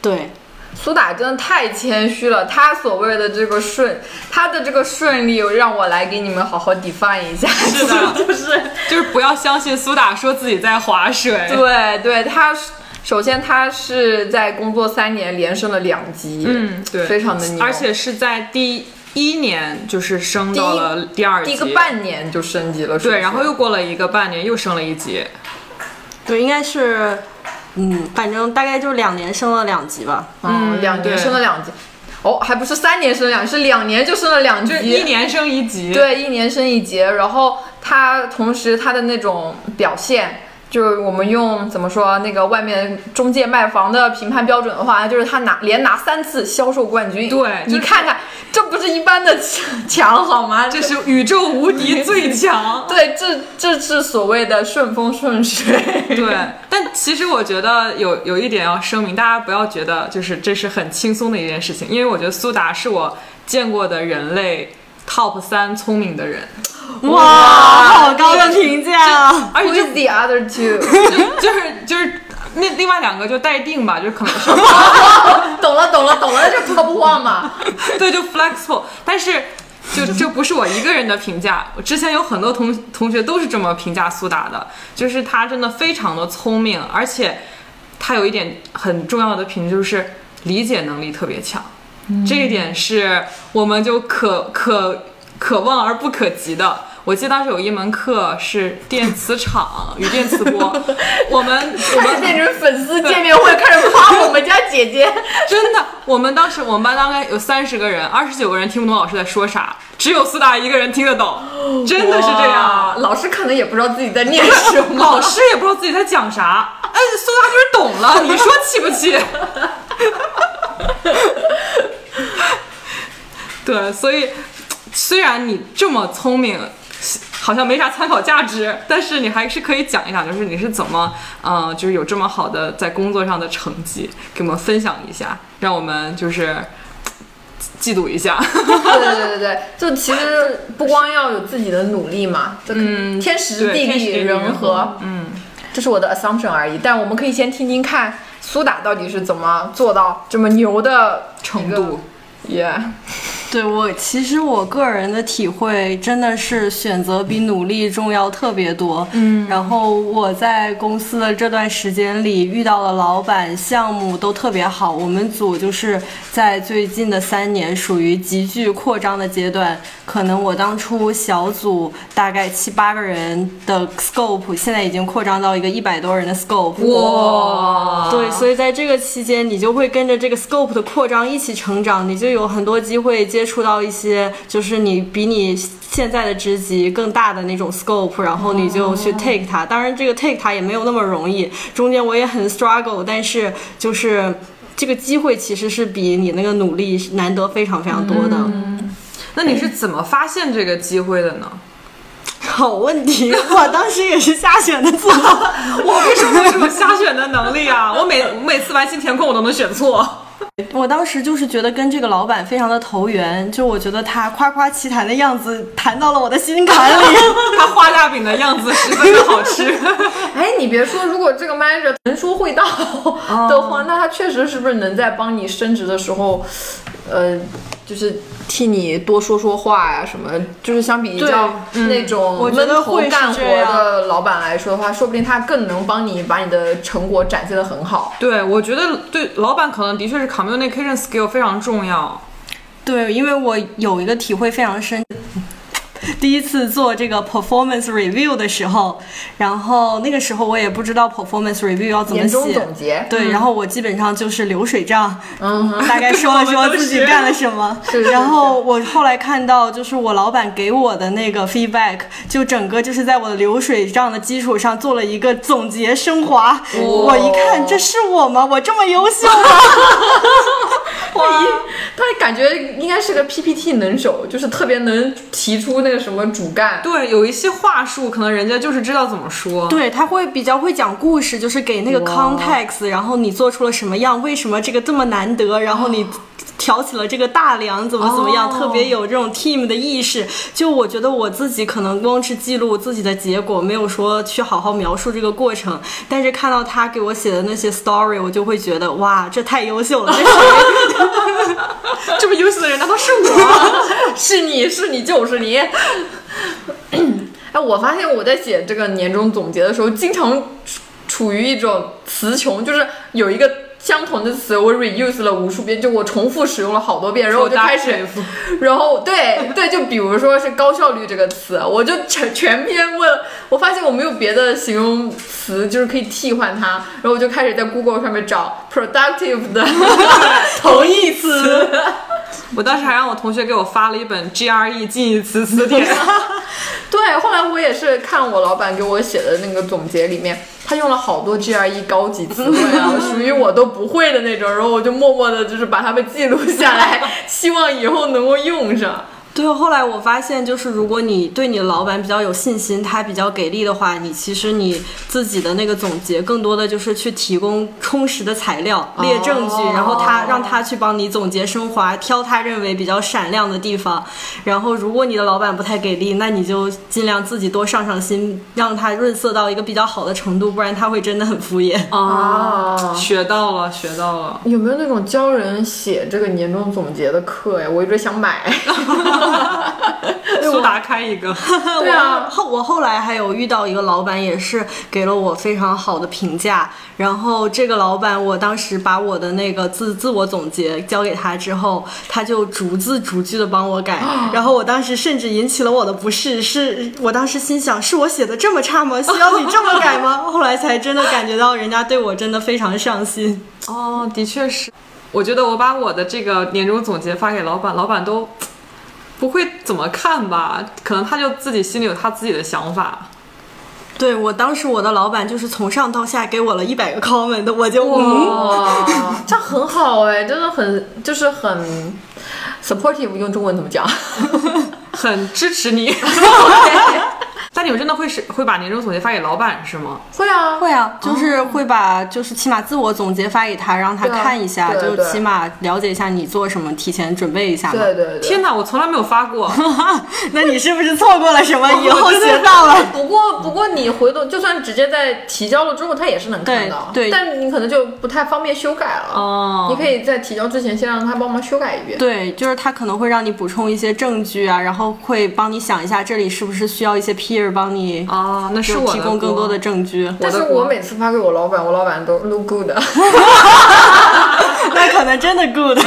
S3: 对，
S2: 苏打真的太谦虚了，他所谓的这个顺，他的这个顺利，让我来给你们好好 define 一下。是
S1: 的
S2: 就是
S1: 就是不要相信苏打说自己在划水。
S2: 对对，他是首先他是在工作三年连升了两级，
S1: 嗯，对，
S2: 非常的牛，
S1: 而且是在第一年就是升到了第二级，
S2: 第一个半年就升级了，
S1: 对，然后又过了一个半年，又升了一级。
S3: 对，应该是，嗯，反正大概就两年升了两级吧。
S2: 嗯，两
S1: 对
S2: 年升了两级，哦，还不是三年升两，是两年就升了两级，
S1: 就是一年升一级，，
S2: 对，一年升一级。然后他同时他的那种表现，就是我们用怎么说啊那个外面中介卖房的评判标准的话，就是他拿连拿三次销售冠军。
S1: 对就
S2: 你
S1: 是
S2: 看看，这不是一般的强 强好吗？
S1: 这是宇宙无敌最 强。
S2: 对，这这是所谓的顺风顺水。
S1: 对， 但其实我觉得有有一点要声明，大家不要觉得就是这是很轻松的一件事情，因为我觉得苏达是我见过的人类 top 三聪明的人，
S3: 哇，好高的评价啊！
S1: 而且
S2: Who
S1: 这
S2: is the other two？
S1: 就是就是那另外两个就待定吧，就可能是
S2: 懂了，懂了，懂了，这 top one 嘛。
S1: 对，就 flexible。但是就这不是我一个人的评价，我之前有很多同同学都是这么评价苏打的，就是他真的非常的聪明，而且他有一点很重要的品质就是理解能力特别强。这一点是我们就可可可望而不可及的。我记得当时有一门课是电磁场与电磁波，我们我
S2: 他
S1: 们
S2: 是那种粉丝见面会开始夸我们家姐姐，
S1: 真的，我们当时我们班大概有三十个人，二十九个人听不懂老师在说啥，只有苏达一个人听得懂，真的是这样。
S2: 哇。老师可能也不知道自己在念什 么，
S1: 老师也不知道自己在讲啥，哎，苏达就是懂 了，你说气不气？对，所以虽然你这么聪明，好像没啥参考价值，但是你还是可以讲一讲，就是你是怎么，呃，就是有这么好的在工作上的成绩，给我们分享一下，让我们就是嫉妒一下。
S2: 对对对对对，就其实不光要有自己的努力嘛，就可天时
S1: 嗯对
S2: 地
S1: 天时
S2: 利
S1: 地利
S2: 人
S1: 人
S2: 和，嗯，这是我的 assumption 而已。但我们可以先听听看苏打到底是怎么做到这么牛的
S1: 程度，
S2: ，yeah，
S3: 对我，其实我个人的体会真的是选择比努力重要特别多。嗯，然后我在公司的这段时间里遇到了老板，项目都特别好。我们组就是在最近的三年属于急剧扩张的阶段。可能我当初小组大概七八个人的 scope，现在已经扩张到一个一百多人的 scope。
S1: 哇
S3: 对，所以在这个期间，你就会跟着这个 scope 的扩张一起成长，你就有很多机会接触到一些就是你比你现在的职级更大的那种 scope，然后你就去 take 它。当然，这个 take 它也没有那么容易，中间我也很 struggle，但是就是这个机会其实是比你那个努力是难得非常非常多的。
S1: 那你是怎么发现这个机会的呢？
S3: 好问题，我当时也是瞎选的 组。
S1: 我为什么有这种瞎选的能力啊？我每我每次玩新填空，我都能选错。
S3: 我当时就是觉得跟这个老板非常的投缘，就我觉得他夸夸其谈的样子谈到了我的心 坎里。
S1: 他画大饼的样子十分的好吃。
S2: 哎，你别说，如果这个 manager 能说会道的
S3: 哦
S2: 话，那他确实是不是能在帮你升职的时候，呃，就是替你多说说话呀、什么？就是相比
S3: 对嗯
S2: 较那种嗯
S3: 我觉
S2: 闷
S3: 得
S2: 头
S3: 会是
S2: 干活
S3: 这样
S2: 的老板来说的话，说不定他更能帮你把你的成果展现的很好。
S1: 对，我觉得对老板可能的确是 communication skill 非常重要。
S3: 对，因为我有一个体会非常深。第一次做这个 performance review 的时候，然后那个时候我也不知道 performance review 要怎么
S2: 年终
S3: 写，
S2: 总结，
S3: 对，然后我基本上就是流水账，
S2: 嗯哼，
S3: 大概说了
S1: 我
S3: 说
S1: 们都
S3: 自己
S1: 是
S3: 干了什么
S2: 是是。
S3: 然后我后来看到，就是我老板给我的那个 feedback，就整个就是在我的流水账的基础上做了一个总结升华。我一看，这是我吗？我这么优秀吗？
S2: 哇，他感觉应该是个 PPT 能手，就是特别能提出那个什么主干。
S1: 对，有一些话术可能人家就是知道怎么说。
S3: 对，他会比较会讲故事，就是给那个
S2: 哇
S3: context，然后你做出了什么样，为什么这个这么难得，然后你挑起了这个大梁，怎么怎么样，
S1: 哦
S3: 特别有这种 team 的意识。就我觉得我自己可能光是记录自己的结果，没有说去好好描述这个过程，但是看到他给我写的那些 story，我就会觉得哇，这太优秀了，这是
S1: 这么优秀的人难道是我？
S2: 是你是你就是 你。哎，我发现我在写这个年终总结的时候，经常处处于一种词穷，就是有一个相同的词，我 reuse 了无数遍，就我重复使用了好多遍，然后我就开始， 然后对对，就比如说是高效率这个词，我就全全篇问，我发现我没有别的形容词，就是可以替换它，然后我就开始在 Google 上面找 productive 的 同义词。
S1: 我当时还让我同学给我发了一本 GRE 近义词词典。
S2: 对，后来我也是看我老板给我写的那个总结里面，他用了好多 GRE 高级词汇啊，属于我都不会的那种，然后我就默默的就是把它们记录下来，希望以后能够用上。
S3: 对，后来我发现，就是如果你对你的老板比较有信心，他比较给力的话，你其实你自己的那个总结，更多的就是去提供充实的材料、列证据，然后他让他去帮你总结升华，挑他认为比较闪亮的地方。然后，如果你的老板不太给力，那你就尽量自己多上上心，让他润色到一个比较好的程度，不然他会真的很敷衍。
S2: 啊，
S1: 学到了，学到了。
S2: 有没有那种教人写这个年终总结的课呀？我一直想买。
S1: 苏达开一个，
S2: 对啊，
S3: 后 我后来还有遇到一个老板，也是给了我非常好的评价。然后这个老板，我当时把我的那个自自我总结交给他之后，他就逐字逐句的帮我 改。然后我当时甚至引起了我的不适，是我当时心想，是我写的这么差吗？需要你这么改 吗？后来才真的感觉到人家对我真的非常上心。
S1: 哦，的确是。我觉得我把我的这个年终总结发给老板，老板都不会怎么看吧？可能他就自己心里有他自己的想法。
S3: 对我当时我的老板就是从上到下给我了一百个 comment 的，我就嗯，
S2: 哇， 这样很好哎，真的很就是很 supportive，用中文怎么 讲？
S1: 很支持 你。但你们真的会是会把年终总结发给老板是吗？
S2: 会啊，
S3: 会啊，就是会把就是起码自我总结发给他，让他
S2: 对啊
S3: 看一下，
S2: 对
S3: 就
S2: 对
S3: 起码了解一下你做什么，提前准备一下嘛。
S2: 对对对。
S1: 天哪，我从来没有发过。
S3: 那你是不是错过了什么？以后学到了。
S2: 哎不过，不过你回头就算直接在提交了之后，他也是能看到，
S3: 对对
S2: 但你可能就不太方便修改了。
S1: 哦
S2: 你可以在提交之前先让他帮忙修改一遍。
S3: 对，就是他可能会让你补充一些证据啊，然后会帮你想一下这里是不是需要一些 peer 帮你
S1: 哦，那是
S3: 就
S1: 我
S3: 提供更多的证 据。
S2: 但是
S1: 我的锅
S2: 我每次发给我老板，我老板都 look good，
S3: 那可能真的 good。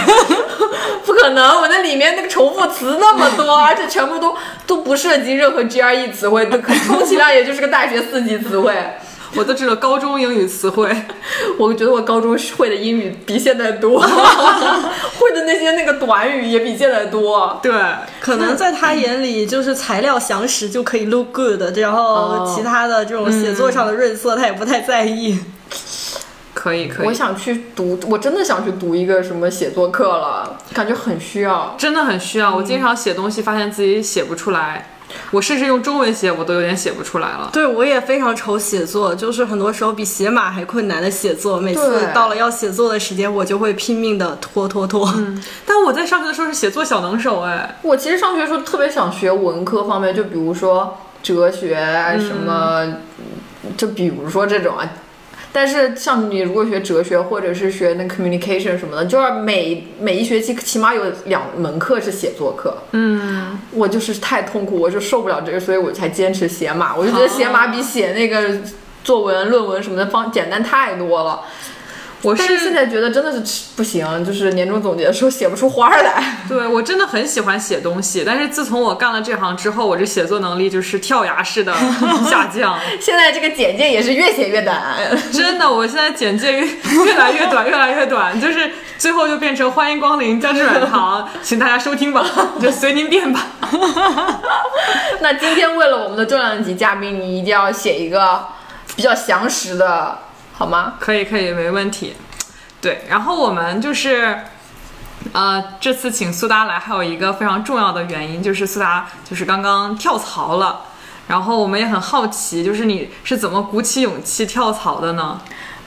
S2: 不可能，我那里面那个重复词那么 多，而且全部都都不涉及任何 GRE 词汇，都充其量也就是个大学四级词汇。
S1: 我都只有高中英语词汇。
S2: 我觉得我高中会的英语比现在多， 会的那些那个短语也比现在多。
S1: 对，
S3: 可能在他眼里，就是材料详实就可以 look good，然后
S2: 哦
S3: 其他的这种写作上的润色，他也不太在意。
S1: 可以可
S2: 我
S1: 以，
S2: 想去读，我真的想去读一个什么写作课了，感觉很需要。
S1: 真的很需要。我
S3: 嗯
S1: 经常写东西，发现自己写不出来。我甚至用中文写，我都有点写不出来了。
S3: 对，我也非常愁写作，就是很多时候比写码还困难的写作。每次
S2: 对
S3: 到了要写作的时间，我就会拼命的拖拖拖。
S1: 但我在上学的时候是写作小能手，哎，
S2: 我其实上学的时候特别想学文科方面，就比如说哲学啊什么，就比如说这种啊。但是像你如果学哲学或者是学那 communication 什么的，就是每每一学期起码有两门课是写作课。嗯，我就是太痛苦，我就受不了这个，所以我才坚持写码。我就觉得写码比写那个作文、论文什么的方简单太多了。
S1: 我
S2: 但是现在觉得真的是吃不行，就是年终总结的时候写不出花儿来。
S1: 对我真的很喜欢写东西，但是自从我干了这行之后，我这写作能力就是跳崖式 的下降。
S2: 现在这个简介也是越写越难。
S1: 真的，我现在简介越越来越短，越来越短， 就是最后就变成欢迎光临家之软糖，请大家收听吧，就随您便吧。
S2: 那今天为了我们的重量级嘉宾，你一定要写一个比较详实的，好吗？
S1: 可以，可以，没问题。对，然后我们就是，呃，这次请苏达来，还有一个非常重要的原因就是苏达就是刚刚跳槽了，然后我们也很好奇，就是你是怎么鼓起勇气跳槽的呢？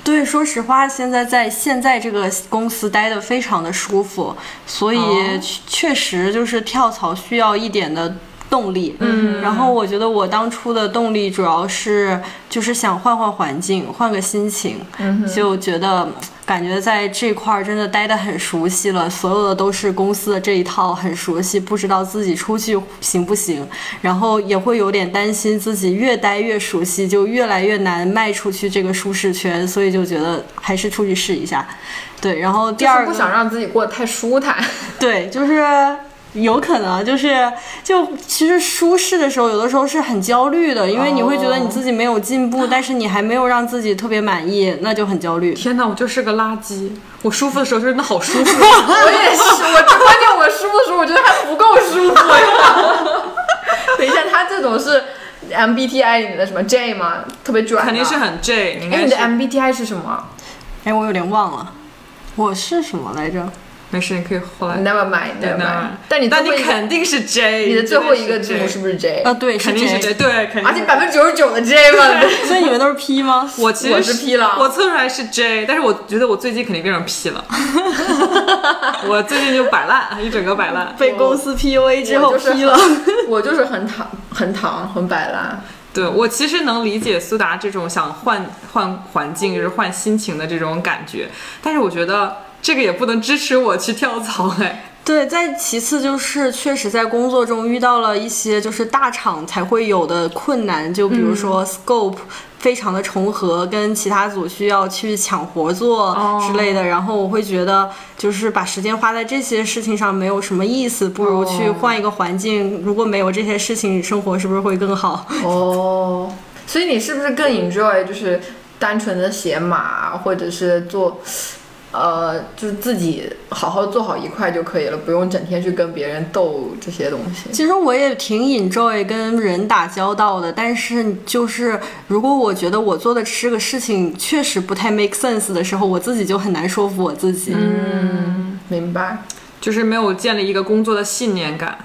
S3: 对，说实话，现在在现在这个公司待的非常的舒服，所以
S1: 哦
S3: 确确实就是跳槽需要一点的。动力，嗯，然后我觉得我当初的动力主要是就是想换换环境，换个心情，嗯、就觉得感觉在这块儿真的待得很熟悉了，所有的都是公司的这一套很熟悉，不知道自己出去行不行，然后也会有点担心自己越待越熟悉，就越来越难迈出去这个舒适圈，所以就觉得还是出去试一下。对，然后第
S2: 就
S3: 二
S2: 是
S3: 个
S2: 不想让自己过得太舒 坦。
S3: 对，就是有可能，就是就其实舒适的时候，有的时候是很焦虑的，因为你会觉得你自己没有进
S2: 啊
S3: 步，但是你还没有让自己特别满意，那就很焦虑。
S1: 天哪，我就是个垃圾。我舒服的时候真的好舒服，
S2: 我也是，我这关键我舒服的时候，我觉得还不够舒服呀。 等一下，他这种是 MBTI 里面的什么 J 吗？特别转，
S1: 肯定是。很 J。你应
S2: 哎，
S1: 该是
S2: 你的 MBTI 是什么
S3: 哎，我有点忘了，我是什么来着？
S1: 没事，你可以后来。
S2: ？Never mind，Never
S1: 那
S2: mind。但你
S1: 呃但
S2: 最
S1: 你
S2: 后一个，
S1: 肯定是 J，
S2: 你的最后一个字
S1: 绝对
S2: 母
S1: 是
S2: 是不是 J？
S3: 啊，对，
S1: 肯定是 J，
S3: 这。
S1: 对，肯定。
S2: 而且百分之九十九的 J 嘛，
S3: 所以你们都是 P 吗？
S1: 我其实
S2: 我是 P 了
S1: 我测出来是 J，但是我觉得我最近肯定变成 P 了，我最近就摆烂，一整个摆 烂。
S3: 被公司 PUA 之后
S2: 我就是
S3: P 了。
S2: 我就是很躺、很躺、很摆烂。
S1: 对我其实能理解苏达这种想换换环境，就是换心情的这种感觉，但是我觉得这个也不能支持我去跳槽哎。
S3: 对，再其次就是确实在工作中遇到了一些就是大厂才会有的困难，就比
S1: 嗯
S3: 如说 scope 非常的重合，跟其他组需要去抢活做
S1: 哦
S3: 之类的。然后我会觉得，就是把时间花在这些事情上没有什么意思，不如去
S1: 哦
S3: 换一个环境。如果没有这些事情，你生活是不是会更好？
S2: 哦，所以你是不是更 enjoy 就是单纯的写码，或者是做，呃，就是自己好好做好一块就可以了，不用整天去跟别人斗这些东西。
S3: 其实我也挺 enjoy 跟人打交道的，但是就是如果我觉得我做的这个事情确实不太 make sense 的时候，我自己就很难说服我自己。
S2: 嗯，明白。
S1: 就是没有建立一个工作的信念感。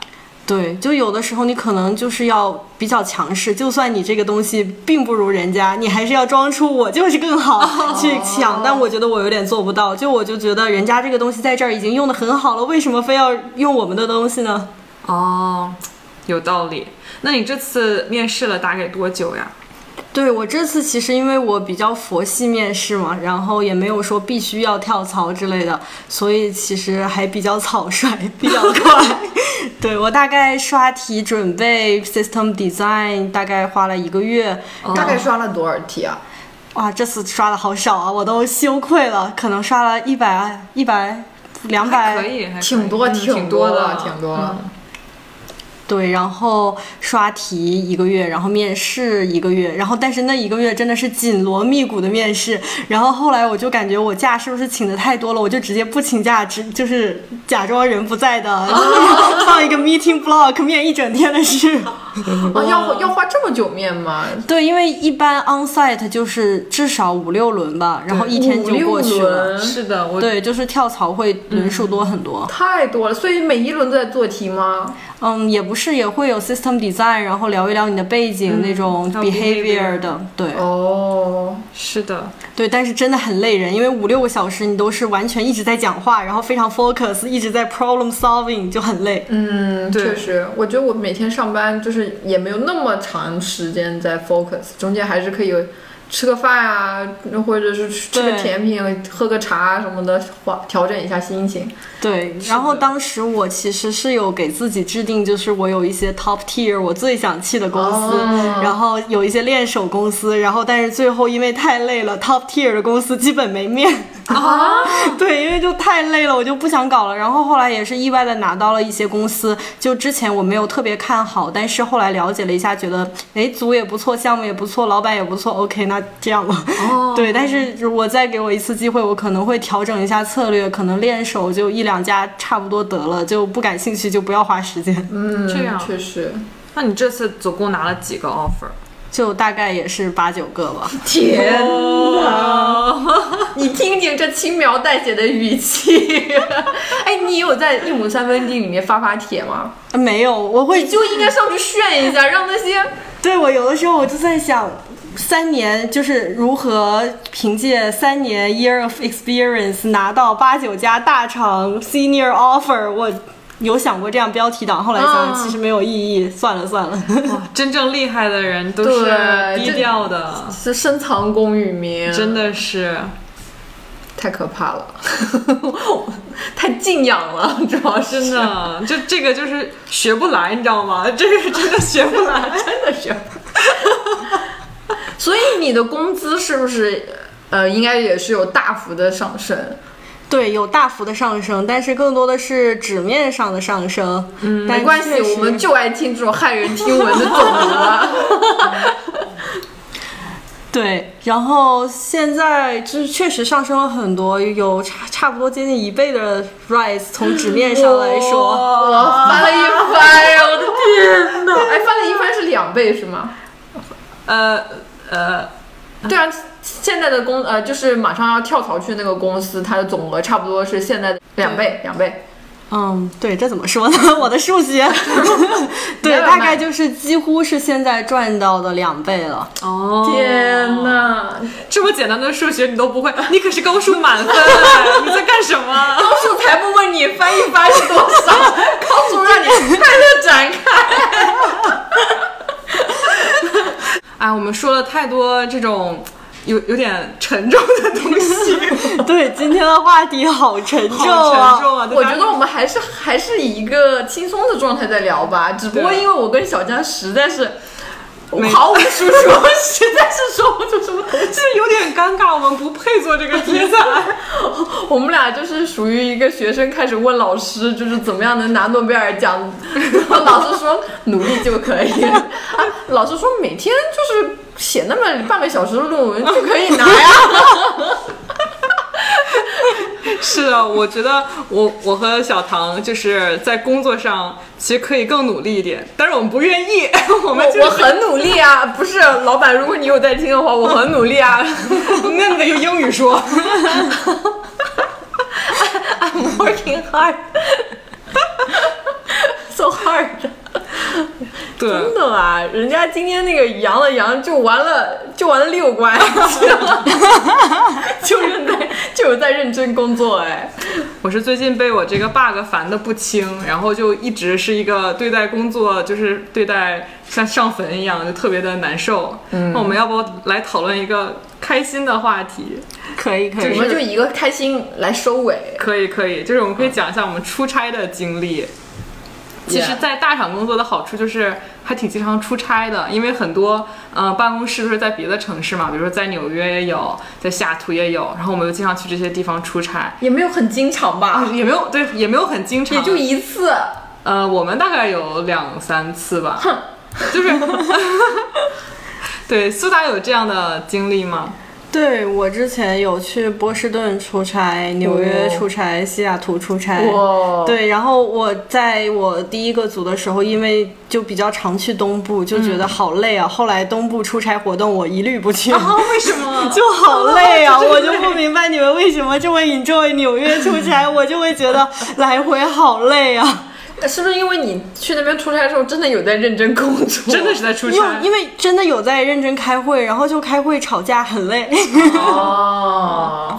S3: 对，就有的时候你可能就是要比较强势，就算你这个东西并不如人家，你还是要装出我就是更好 去抢。但我觉得我有点做不到，就我就觉得人家这个东西在这儿已经用的很好了，为什么非要用我们的东西呢？
S1: 哦，有道理。那你这次面试了大概多久呀？
S3: 对我这次其实因为我比较佛系面试嘛，然后也没有说必须要跳槽之类的，所以其实还比较草率，比较 快。对我大概刷题准备 system design 大概花了一个月，
S1: 哦
S2: 大概刷了多少题啊？
S3: 哇，这次刷的好少啊，我都羞愧了，可能刷了一百、一百、两
S1: 还
S3: 百，
S1: 可以，还可以
S2: 挺多，
S1: 嗯挺
S2: 多
S1: 的，
S2: 挺多
S1: 嗯
S2: 的。
S3: 对，然后刷题一个月，然后面试一个月，然后但是那一个月真的是紧锣密鼓的面试，然后后来我就感觉我假是不是请的太多了，我就直接不请假，只就是假装人不在的放一个 meeting block 面一整天的事。
S2: 哦，要要花这么久面吗？
S3: 对，因为一般 on site 就是至少五六轮吧，然后一天
S2: 五
S3: 就
S2: 六
S3: 过去了。
S2: 轮，
S1: 是的，我
S3: 对，就是跳槽会轮数多很多。
S2: 太多了，所以每一轮都在做题吗？
S3: 嗯，也不是，也会有 system design，然后聊一聊你的背景、那种
S1: 还有 behavior
S3: behavior 的，对。
S2: 哦，
S1: 是的，
S3: 对，但是真的很累人，因为五六个小时你都是完全一直在讲话，然后非常 focus，一直在 problem solving，就很累。
S2: 嗯，
S1: 对
S2: 确实，我觉得我每天上班就是也没有那么长时间在 focus，中间还是可以吃个饭啊，或者是吃个
S3: 对
S2: 甜品、喝个茶啊什么的，缓调整一下心情。
S3: 对，然后当时我其实是有给自己制定，就是我有一些 top tier 我最想去的公司，然后有一些练手公司，然后但是最后因为太累了，top tier 的公司基本没面。
S2: 啊，
S3: 对，因为就太累了，我就不想搞了。然后后来也是意外的拿到了一些公司，就之前我没有特别看好，但是后来了解了一下，觉得哎组也不错，项目也不错，老板也不错，OK，那这样吧。哦，对，但是如果再给我一次机会，我可能会调整一下策略，可能练手就一两家差不多得了，就不感兴趣就不要花时间，
S2: 嗯，
S1: 这样啊
S2: 确实，
S1: 那你这次总共拿了几个 offer？
S3: 就大概也是八九个吧。
S2: 天哪！
S1: 哦，
S2: 你听听这轻描淡写的语气， 哎，你有在一亩三分地里面发发帖吗？
S3: 呃没有，我会
S2: 你就应该上去炫一下，让那些
S3: 对我有的时候我就在想，三年就是如何凭借三年 year of experience 拿到八九家大厂 senior offer，我。有想过这样标题党，后来想
S2: 嗯
S3: 其实没有意义，算了算了。
S1: 真正厉害的人都是
S2: 对嗯
S1: 低调的，
S2: 是深藏功与名，
S1: 真的是。
S2: 太可怕了， 太敬仰了， 主要是
S1: 真的，就这个就是学不来，你知道吗？ 这个真的学不来。
S2: 真的是。所以你的工资是不是呃，应该也是有大幅的上升？
S3: 对，有大幅的上升，但是更多的是纸面上的上升。嗯，
S2: 没关系，我们就爱听这种骇人听闻的种族啊。
S3: 对，然后现在就是确实上升了很多，有差差不多接近一倍的 rise，从纸面上来说。
S2: 我翻了一番 呀，我的天哪！哎，翻了一番是两倍是吗？
S1: 呃呃，
S2: 对啊，现在的公呃，就是马上要跳槽去那个公司，它的总额差不多是现在的两倍，两倍。
S3: 嗯，对，这怎么说呢？ 我的数学，对，
S2: Never
S3: 大
S2: mind
S3: 概就是几乎是现在赚到的两倍了。
S1: 哦，
S2: 天哪！
S1: 这么简单的数学你都不 会，你可是高数满分哎，你在干什么？
S2: 高数才不问你翻一翻 是多少，高数让你快乐展 开。
S1: 哎，我们说了太多这种有有点沉重的东西，
S3: 对，今天的话题好沉重啊！
S1: 好沉重啊！
S2: 我觉得我们还是还是以一个轻松的状态在聊吧，只不过
S1: 对
S2: 因为我跟小江实在是
S1: 没
S2: 毫无输 出，实在是说不出什么东西。
S1: 这有点尴尬，我们不配做这个题材。
S2: 我们俩就是属于一个学生开始问老师，就是怎么样能拿诺贝尔奖，然后老师说努力就可 以，啊，老师说每天就是写那么半个小时的论文就可以拿呀。
S1: 是的，我觉得我我和小唐就是在工作上其实可以更努力一点，但是我们不愿意， 我们
S2: 我
S1: 就
S2: 我
S1: 是
S2: 很努力啊，不是老板，如果你有在听的话，我很努力啊。
S1: 那你得用英语说。
S2: I'm working hard. So hard，
S1: 对，
S2: 真的啊！人家今天那个羊的羊就玩了，就玩了六关， 就认在就有在认真工作哎。
S1: 我是最近被我这个 bug 烦的不轻，然后就一直是一个对待工作就是对待像上坟一样，就特别的难受。嗯，那我们要不来讨论一个开心的话题？
S3: 可以可以，
S2: 我们就以一个开心来收尾。
S1: 可以，可以，就是我们可以讲一下我们出差的经历。其实，在大厂工作的好处就是还挺经常出差的，因为很多呃办公室都是在别的城市嘛，比如说在纽约也有，在西雅图也有，然后我们就经常去这些地方出差，
S2: 也没有很经常吧，
S1: 也没有对，也没有很经常，
S2: 也就一次。
S1: 呃，我们大概有两三次吧，就是，对，苏达有这样的经历吗？
S3: 对我之前有去波士顿出差、纽约
S2: 哦
S3: 出差、西雅图出差，
S2: 哇
S3: 对，然后我在我第一个组的时候，因为就比较常去东部，就觉得好累啊。后来东部出差活动我一律不去。
S1: 为什么？
S3: 就好累啊！我就不明白你们为什么这么 enjoy 纽约出差， 我就会觉得来回好累啊。
S2: 是不是因为你去那边出差的时候，真的有在认真工 作？
S1: 真的是在出
S3: 因为
S1: 差，
S3: 因为真的有在认真开会，然后就开会吵架很累。
S2: 哦，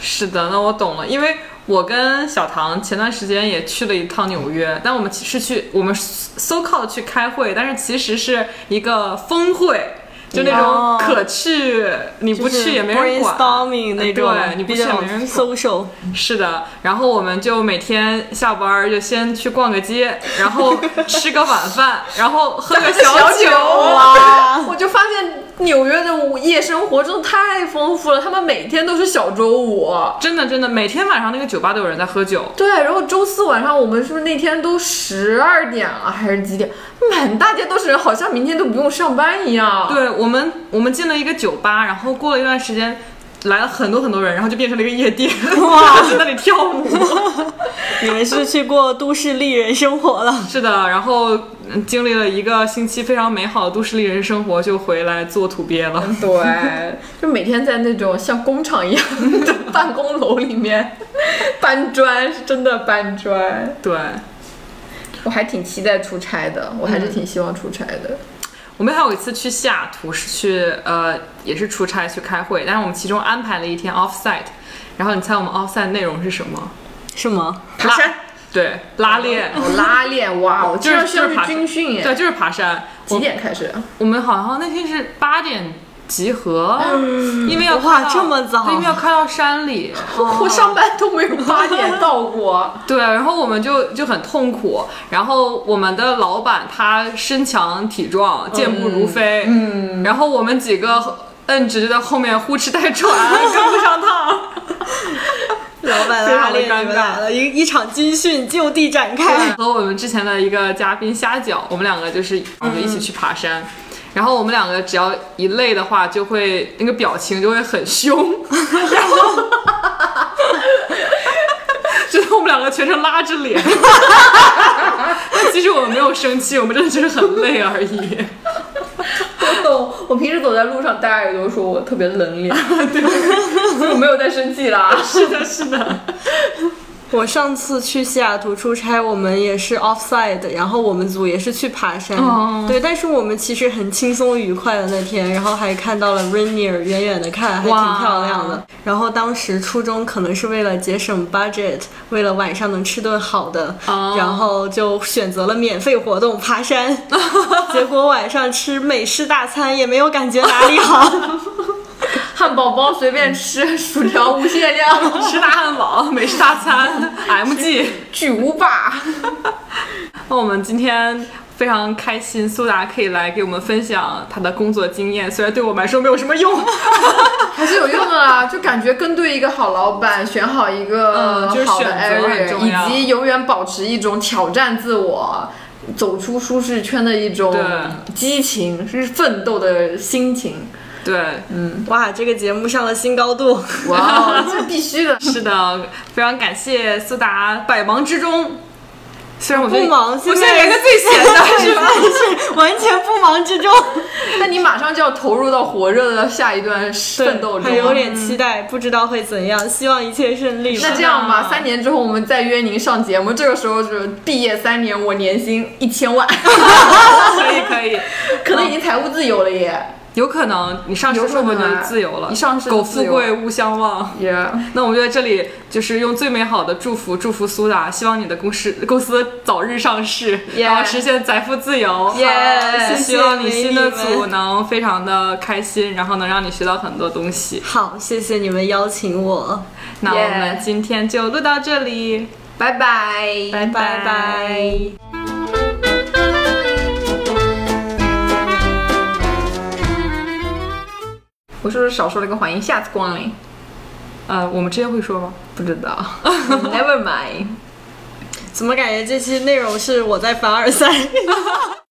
S1: 是的，那我懂了，因为我跟小唐前段时间也去了一趟纽约，但我们其实去我们 so called 去开会，但是其实是一个峰会。就那种
S3: 哦
S1: 可去，你不去也没人管
S3: brainstorming 那种，
S1: 对，你不
S3: 比
S1: 去也
S3: 较
S1: 没人管。
S3: social。
S1: 是的，然后我们就每天下班儿就先去逛个街，然后吃个晚饭，然后喝个
S2: 小
S1: 酒。
S2: 啊！ 我就发现纽约的夜生活真的太丰富了，他们每天都是小周五。
S1: 真的真的，每天晚上那个酒吧都有人在喝酒。
S2: 对，然后周四晚上我们是不是那天都十二点了还是几点？满大街都是人，好像明天都不用上班一样。，
S1: 对我们，我们进了一个酒吧，然后过了一段时间，来了很多很多人，然后就变成了一个夜店，哇， 在那里跳舞。
S3: 你们是去过都市丽人生活了？
S1: 是的，然后嗯经历了一个星期非常美好的都市丽人生活，就回来做土鳖了。
S2: 对，就每天在那种像工厂一样的办公楼里面 搬砖，是真的搬砖。
S1: 对，
S2: 我还挺期待出差的，我
S1: 嗯
S2: 还是挺希望出差的。
S1: 我们还有一次去西雅图，是去呃也是出差去开会，但是我们其中安排了一天 offsite，然后你猜我们 offsite 内容是什么？
S3: 是吗？
S2: 爬山
S1: 拉，对，拉练，
S2: 哦，拉练，哇哦，
S1: 就是
S2: 这
S1: 就是
S2: 像
S1: 爬
S2: 是军训耶。
S1: 对，就是爬山。
S2: 几
S1: 我
S2: 点开始啊？
S1: 我们好像那天是八点集合，因为要
S3: 嗯哇
S1: 开到
S3: 这么早
S1: 对因为要开到山里。
S2: 我上班都没有八点到 过。
S1: 对，然后我们就就很痛苦。然后我们的老板他身强体壮，健步如飞，嗯，然后我们几个摁直就在后面呼哧带 喘， 跟不上趟。
S3: 老板
S1: 非常
S3: 拉
S1: 的
S3: 练
S1: 尴
S3: 你们
S1: 尬
S3: 来了，一一场军训就地展 开。
S1: 和我们之前的一个嘉宾虾饺，我们两个就是我们一起去爬山。然后我们两个只要一累的话，就会那个表情就会很凶，然后 就是我们两个全程拉着脸。 但其实我们没有生气，我们真的就是很累而已。
S2: 我懂， 我平时走在路上，大家也都说我特别冷 脸，对，所以我没有在生气啦。
S1: 是的，是的，
S3: 我上次去西雅图出差，我们也是 offside，然后我们组也是去爬山，
S1: 哦
S3: 对，但是我们其实很轻松愉快的那天，然后还看到了 Rainier，远远的看还挺
S1: 哇
S3: 漂亮的。然后当时初衷可能是为了节省 budget，为了晚上能吃顿好的，
S1: 哦
S3: 然后就选择了免费活动 爬山， 结果晚上吃美式大餐也没有感觉哪里好。
S2: 汉堡包随便吃，薯条无限量，
S1: 吃大汉堡，美式大餐，M G。
S2: 巨无霸。
S1: 那我们今天非常开心，苏达可以来给我们分享他的工作经验，虽然对我们来说没有什么用，
S2: 还是有用的啦，就感觉跟对一个好老板，选好一个
S1: 嗯就是
S2: 好的
S1: 选择很
S2: area，、
S1: 重要
S2: 以及永远保持一种挑战自我、走出舒适圈的一种
S1: 对
S2: 激情，是奋斗的心情。
S1: 对，
S3: 哇，这个节目上了新高度。
S2: 哇哦， 这必须的。
S1: 是的，非常感谢苏达，百忙之中，虽然我觉得
S3: 不忙
S1: 我
S3: 现
S1: 现
S3: 在
S1: 在连个最闲 的是吧？
S3: 是完全不忙之中，
S2: 那你马上就要投入到火热的下一段奋斗中
S3: 还
S2: 了。
S3: 有点期待，不知道会怎样，希望一切顺利吧。
S2: 那这样吧，
S1: 啊
S2: 三年之后我们再约您上节目。这个时候就是毕业三年，我年薪一千万，
S1: 可以可以，
S2: 可能已经财务自由 了耶。
S1: 有可能你上市之后
S2: 有可能
S1: 就
S2: 啊
S1: 自由了，
S2: 你上市就
S1: 苟
S2: 自
S1: 富
S2: 由
S1: 贵勿相忘。
S2: 也、
S1: 那我们就在这里，就是用最美好的祝福祝福苏达，希望你的公司公司早日上市
S2: Yeah
S1: 然后实现财富自由。
S3: Yeah，
S1: 好希望你
S3: 谢谢
S1: 新的
S3: 美女们
S1: 组能非常的开心，然后能让你学到很多东西。
S3: 好，谢谢你们邀请我，
S1: 那我
S2: Yeah
S1: 们今天就录到这里，
S2: 拜拜，
S1: 拜
S3: 拜拜。
S2: 我是不是少说了一个欢迎下次光临？
S1: 呃，我们之前会说吗？
S2: 不知道 ，Never mind。
S3: 怎么感觉这期内容是我在凡尔赛？